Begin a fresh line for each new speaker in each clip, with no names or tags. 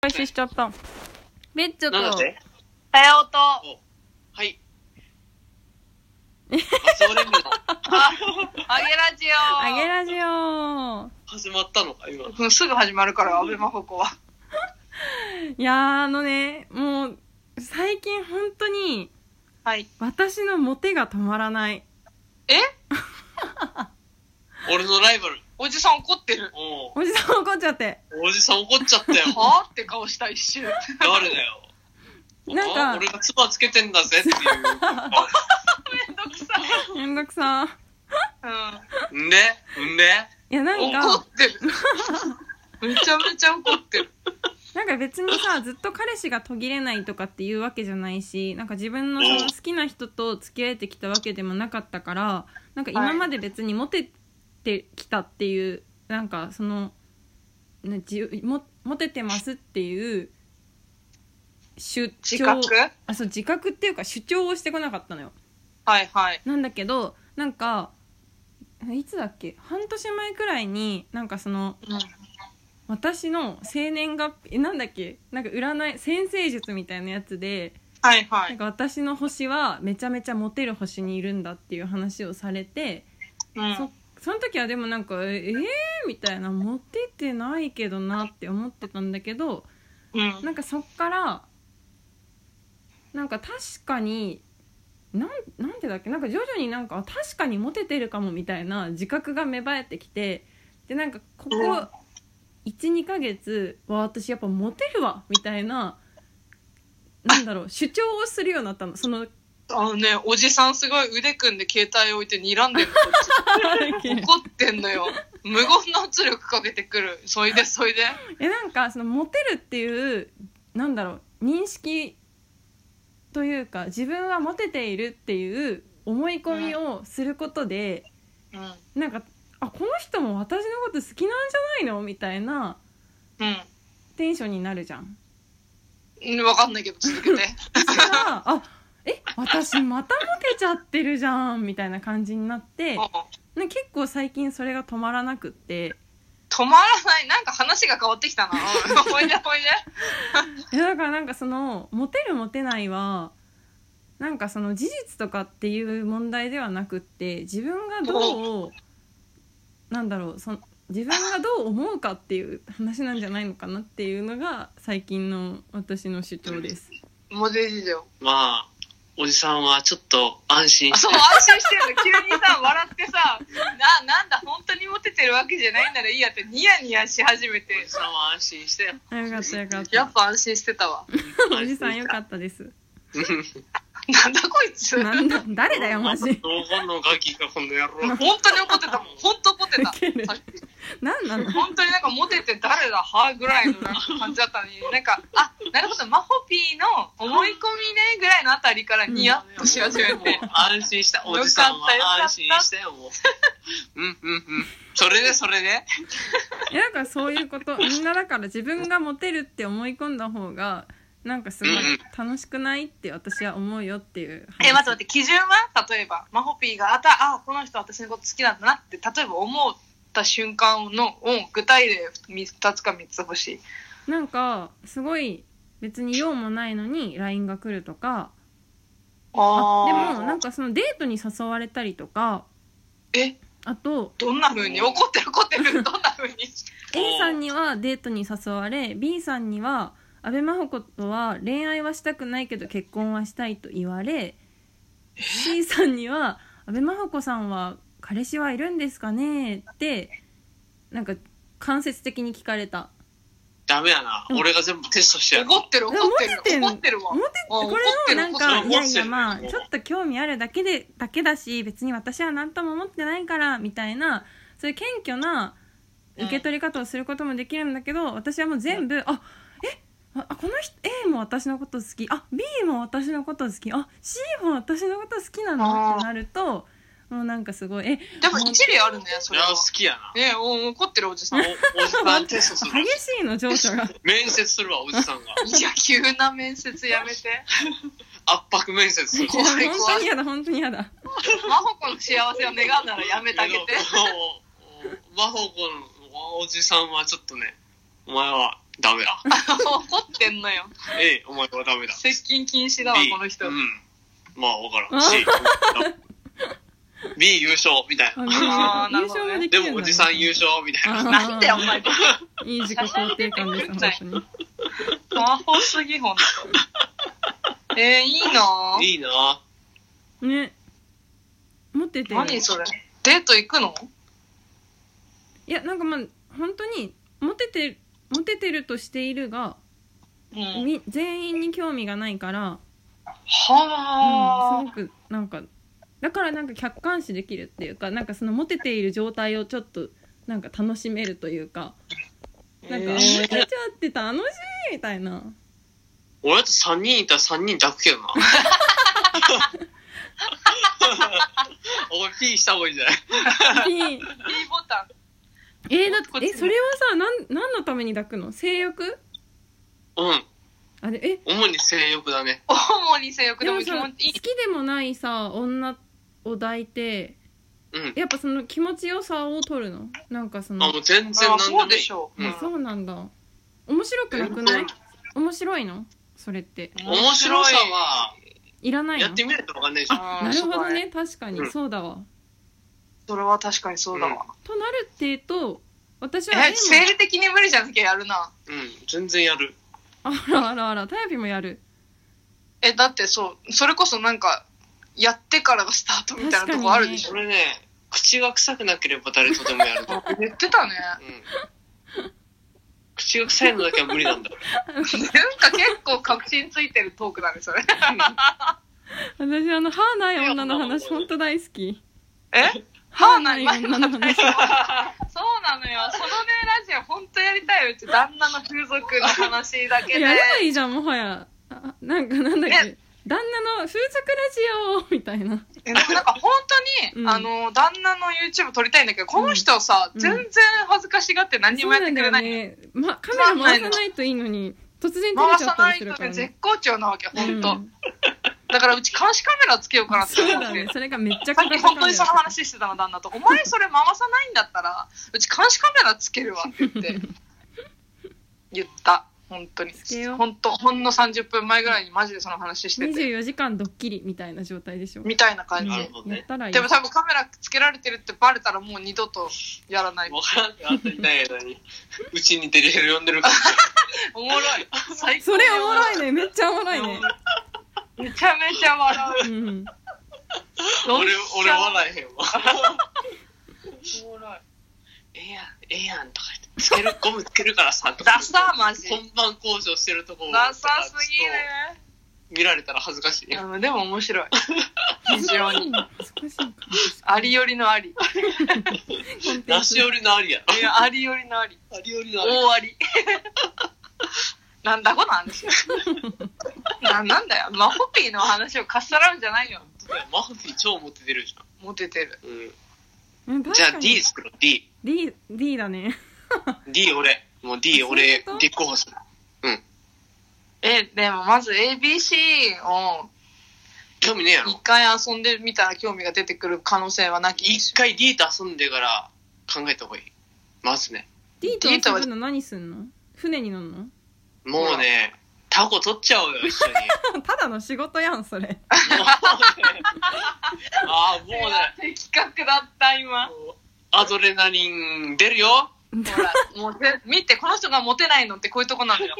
開始しちゃった。ベッチョ
なんだっ
と、
て
さようと。
お、はい。あ、それも
あ、あげラジオ。
あげラジオ
始まったのか、今。
うんすぐ始まるから、アベマここは。
いやー、あのね、もう、最近本当に、
はい。
私のモテが止まらない。
え
俺のライバル。
おじさん怒ってる。
お
おじさん怒っちゃって。
うおじさん怒っちゃったよ。
はあって顔した一瞬。
誰だよ。
なんか
あ俺がツバつけてんだぜって
めんどくさ
めんどくさ。
い。
いう。んでんで
いや、なん
うん。
か、
てる。めちゃめちゃ怒って る。
なんか別にさ、ずっと彼氏が途切れないとかっていうわけじゃないし、なんか自分のその好きな人と付き合えてきたわけでもなかったから、なんか今まで別にモテてきたっていう、なんかその、なじゅもモテてますっていう、主
自
張
覚
あそう自覚っていうか主張をしてこなかったのよ
はいはい。
なんだけどなんかいつだっけ半年前くらいになんかその私の生年月日えなんだっけなんか占い先生術みたいなやつで、
はいは
なん
い。
か私の星はめちゃめちゃモテる星にいるんだっていう話をされて、
うん
そその時はでもなんかええー、みたいなモテてないけどなって思ってたんだけど
うん。
なんかそっからなんか確かになんなんでだっけなんか徐々になんかあ確かにモテてるかもみたいな自覚が芽生えてきてでなんかここ12ヶ月は私やっぱモテるわみたいななんだろう主張をするようになったのその
あのね、おじさんすごい腕組んで携帯置いて睨ん でる。 怒ってんのよ。無言の圧力かけてくる。そいでそ いで。
えなんかそのモテるっていうなんだろう認識というか自分はモテているっていう思い込みをすることで、
うん。
なんかあこの人も私のこと好きなんじゃないのみたいな
うん。
テンションになるじゃん。
うんわかんないけど続 けて。
そしたらあえ私またモテちゃってるじゃんみたいな感じになって
うん
な結構最近それが止まらなくって
止まらない。なんか話が変わってきた な。うんおいでおいで。
いやだからなんかそのモテるモテないはなんかその事実とかっていう問題ではなくって自分がどうなんだろうその自分がどう思うかっていう話なんじゃないのかなっていうのが最近の私の主張です。
モデルだよ。
まあ、おじさんはちょっと安心
あ
し
そう、安心してるの。急にさ、笑ってさ、な、なんだ、本当にモテてるわけじゃないんならいいやって、ニヤニヤし始めて
て。お。じさんは安心してよ。
あよかったよかった
やっ。ぱ安心してたわ。
おじさんよか
っ
ったです。
なんだこいつ。本
なんだ、誰だよ、マジ。
どこのガキがこの野郎。
当に怒ってたもん。本当怒ってた。
ウケるなんなの
本当になんかモテて誰だはぐらいのなんか感じだったのに、なんか、あ、なるほど、マホピーの思い込みねぐらいのあたりからニヤッとし始めて。
安心した。おじさんは安心したよ、もう。うんうんうん。それでそれで。
いやだからそういうことみんなだから自分がモテるって思い込んだ方がなんかすごい楽しくないって私は思うよっていう話
え、待って待って、基準は例えば、マホピーが、あた、あ、この人私のこと好きなんだなって、例えば思った瞬間の、うん、具体例2つか3つ欲しい。
なんかすごい別に用もないのに LINE が来るとかあでもなん
か、
かそのデートに誘われたりとか
え、
あと
どんな風に怒ってる怒ってる、 どんな風に。
A さんにはデートに誘われ B さんには阿部真帆子とは恋愛はしたくないけど結婚はしたいと言われ C さんには阿部真帆子さんは彼氏はいるんですかねってなんか間接的に聞かれた
ダメやな。俺が全部テストしてやる。
怒ってる怒ってる
モ
怒
テ
ってるわ。
モテ
あ
これもなん
怒
か
ってる
いやいやまあ
怒って
ち
る
ょっと興味あるだけでだけだし別に私は何とも思ってないからみたいなそういう謙虚な受け取り方をすることもできるんだけど、私はもう全部あえああこの人 A も私のこと好きあ B も私のこと好きあ C も私のこと好きなの
あー
ってなるともうなんかすごいえ
でも一理あるね、そ
そ
れ
れは
は
好。きやな。
ねお怒ってるおじさん。い
おおじさんテストす る。
激しいの情緒が
面接するわ、おじさんが。
や、急な面接やめて。
圧迫面接する。
怖い怖い
本当に嫌だ本当に嫌だ
マホ子の幸せを願うならやめてあげて。
け ど。おお真帆子のおじさんはちょっとね、お前はダメだ。
怒っんのよ。
ええ、お前はダメだ。
接近禁止だわ、
B
この人。
うん。まあ、わからん。C。B 優勝みたい
あ
な。
あーな
優
るほど
勝
ね
ができ
で
るだ
も、おじさん優勝みたいな。
なんだよ、お前。
いい自己肯定感です、本当に。
魔法すぎ、ほんと。えー、いいない
いな
ね持ってて
何それ。デート行くの
いやなんかまあ本当にモテてモテてるとしているが、
うん。
み全員に興味がないから、う
は
ん、すごくなんかだからなんか客観視できるっていうかなんかそのモテている状態をちょっとなんか楽しめるというか
ー。
なんか「あ
え
モ
ー
テちゃって楽しい!」みたい な
俺だと3人いたら3人抱くけどな。お前、P した方がいいんじゃない
いい
B ボタン。
えー、だってえそれはさなん何のために抱くの性欲
うん。
あれえ
主に性欲だね。
主に性欲
で
でも
も
気
さ
持
好
ちいい
き。でもないさ女を抱いて
うん。
やっぱその気持ちよさを取るのなんかその
あ、もう全然な
あ
ん
そう
でもい
で
い
しょう。
うん
うん
そうなんだ面白くなくない面白いのそれって
面白さは、
いらない
や
の
ってみないとわかんないでしょ。
あー
なるほど
そうだ
ね確かに、
うん
そうだわ
それは確かにそうだわ。
となるっていうと私は
え、生
も
理的に無理じゃなきゃやるな。
うん。全然やる。
あらあらあらタヤピもやる
え、だってそう、それこそなんか、やってからがスタートみたいなとこあるでしょ。
俺ね、口が臭くなければ誰とでもやると思う。
あ言ってたね。
うん。口が臭いのだけは無理 なんだ。
なんか結構確信ついてるトークだね、それ。
私あの歯ない女の話本当大好き
え
歯
歯
な
ないい
女の話
そうなのよ。 そのね、ラジオ本当やりたいよ。うち旦那の風俗の話だけで。
やればいいじゃんもはやあなんかなんだっけ旦那の風俗ラジオみたいな
えでもなんか本当
う
に、
ん
あの、旦那の YouTube 撮りたいんだけど、この人さ、
うん
全然恥ずかしがって何にもやってくれない。
そうなんだよね、ま、カメラ回さないといいのに突然照れ
回
ちゃっ
さ
た
な
り
い
す
と
るから
ね、
ね
絶好調なわけ、本当、
うん
だからうち監視カメラつけようかなって
そう
思
だ
っ
ね
て。
それがめっちゃ
さっ
硬
き
いから
本当にその話してたの旦那と「お前それ回さないんだったらうち監視カメラつけるわ」って言 って言った本当に
つけよう
本当ほんの30分前ぐらいにマジでその話してて
24時間ドッキリみたいな状態でしょ
みたいな感
な
じ
るほどね
やったらいい
でも多分カメラつけられてるってバレたらもう二度とやらない
わからんってあったいない間に、うちにデリヘル呼んでるから。
おもろい最
そ
高
れ
に
おもろいねめっちゃおもろいね
めちゃめちゃ笑う
うん
俺、俺
い
笑えへんわ。
おもろい
ええやん、ええやんとか言って、つける、ゴムつけるからさ、とか
ダサーマジ
本番交渉してるとこを
ダサすぎる
見られたら恥ずかしい。
うんでも面 白い非常に
難しいかも
ありよりのあり
コンテン
な
ツ
し寄りのありやろ。
いやありよりのあり
ありよりのあり。
大あり。なんだこの話。ななんだよ。マホピーの話をかっさらうんじゃないよ。
マフィー超モテてるじゃ
モテてる。
ん。う
う
ん。
ん確
じゃ
か
あ
に
D 作ろう、D。
D, D だね
D 俺。もう D
そうい
俺
うこと、
立候補する。
え、でもまず ABC を
興味ねえや
一
ろ。
回遊んでみたら興味が出てくる可能性はなきにし
一回 D と遊んでから考えた方がいい。まずね。
D と遊ぶの何すんの船に乗るの
もうね、タコ取っちゃおうよ、一緒 に。も
ただの仕事やんそれ
うね、ああ、もう
もう
ね、
ね的確だった今。
もうアドレナリン出るよ。
ほら、もうぜ見て、この人がモテないのってこういうとこなのよ。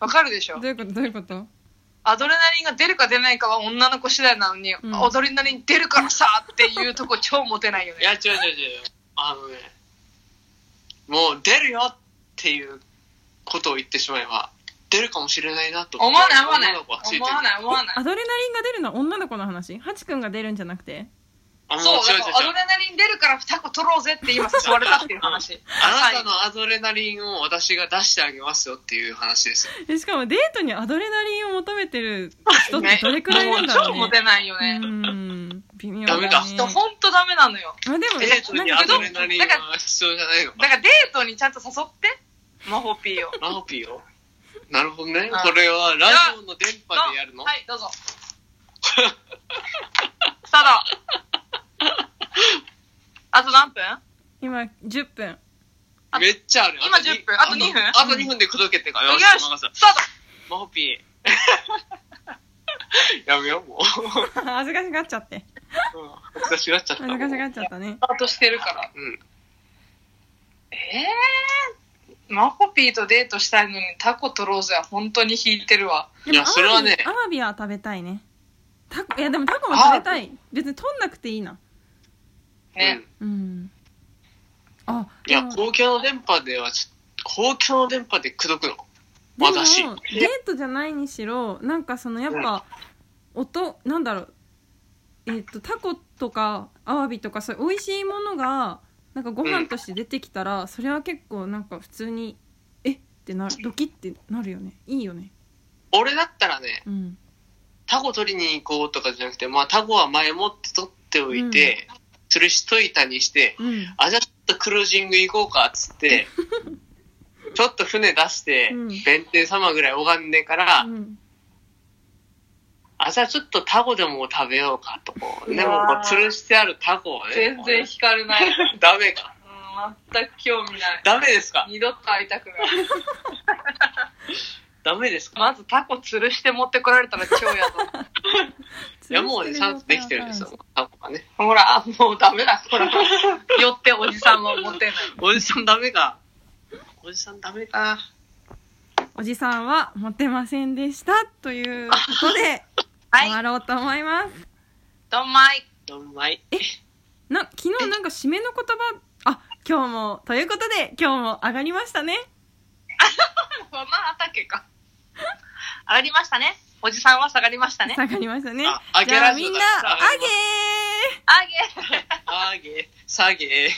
わかるでしょ
どういうことどういうこと
アドレナリンが出るか出ないかは女の子次第なのに、
ん
アドレナリン出るからさっていうとこ超モテないよ
い
ね。
や、違う違う違う。あのね、もう出るよっていうことを言ってしまえば、出るかもしれないなと
思わない思わない
女の子はついてる
思わない思わない
アドレナリンが出るのは女の子の話ハチくんが出るんじゃなくて
あ、もう
そう、
違
だ
う違
か
う違
らアド
う
レ。ナリン出るから2個取ろうぜって今誘われたっていう話。
あなたのアドレナリンを私が出してあげますよっていう話ですよ。
えしかもデートにアドレナリンを求めてる人ってどれくらいいるんだろう
もう超
ね
モテないよね。
うん微妙
ダメだ
ほんと、ほんとダメなのよ。
あでも
デートに
な
ア
んか
ドレナリンは必要じゃないの
だ
か。
からデートにちゃんと誘って、マホピーを。
マホピーをなるほどね
うん。
これはラジオの電波でやるの
はい、どうぞ。スタート。あと何分
今10分
あ
めっちゃある。
今
あとに
10分あと2分
あと2分で口説けってか。よし、
よし
任せた
スタート
マホピー。 やめよう、もう。
恥ずかしがっちゃって
うん恥ずかしがっちゃった。
恥ずかしがっちゃったね
スタートしてるから。
うん。
ええー、マホピーとデートしたいのにタコとローズは本当に引いてるわ。
で
い
も
やそれはね
アワビアワビは食べたいねタコいやでもタコも食べたい別に取んなくていいな
ね。
うんあ
うん。いや、
でも
公共の電波ではちょっと、公共の電波で口説くの。
でも
私
デートじゃないにしろなんかそのやっぱ音なんだろうえっとタコとかアワビとかそういう美味しいものがなんかご飯として出てきたら、それは結構なんか普通にえってなるドキってなるよねいいよね
俺だったらね、
うん
タコ取りに行こうとかじゃなくて、まあタコは前もって取っておいて、吊るしといたにして、
うん
あ、じゃあちょっとクルージング行こうか、っ つって、ちょっと船出して
うん、
弁天様ぐらい拝んでから、
うん
あ、じゃあちょっとタコでも食べようかと。
う
でも、こう
わー
吊るしてあるタコをね。
全然惹か れない。うん、
ダメか。
全く興味ない。
ダメですか
二度と会いたくない。
ダメですか
まずタコ吊るして持ってこられたら超やだ。
いや、もうね、ちゃんとできてるんですよ。タコがね。
ほら、あもうダメだ。ほら。 寄っておじさんは持てない。
おじさんダメか。おじさんダメか。
おじさんはモテませんでしたということで終
はい、
わろうと思います。
どんまい。
どんまい。
な昨日なんか締めの言葉あ今日もということで今日も上がりましたね。
そんな畑か。上がりましたね。おじさんは下がりましたね。
下がりましたね。
あ上
じ
げ
ゃあ
ラジ
み
オ
ん
だ
なあ
上がり
げー。
あ
あげ。
げ、下げ。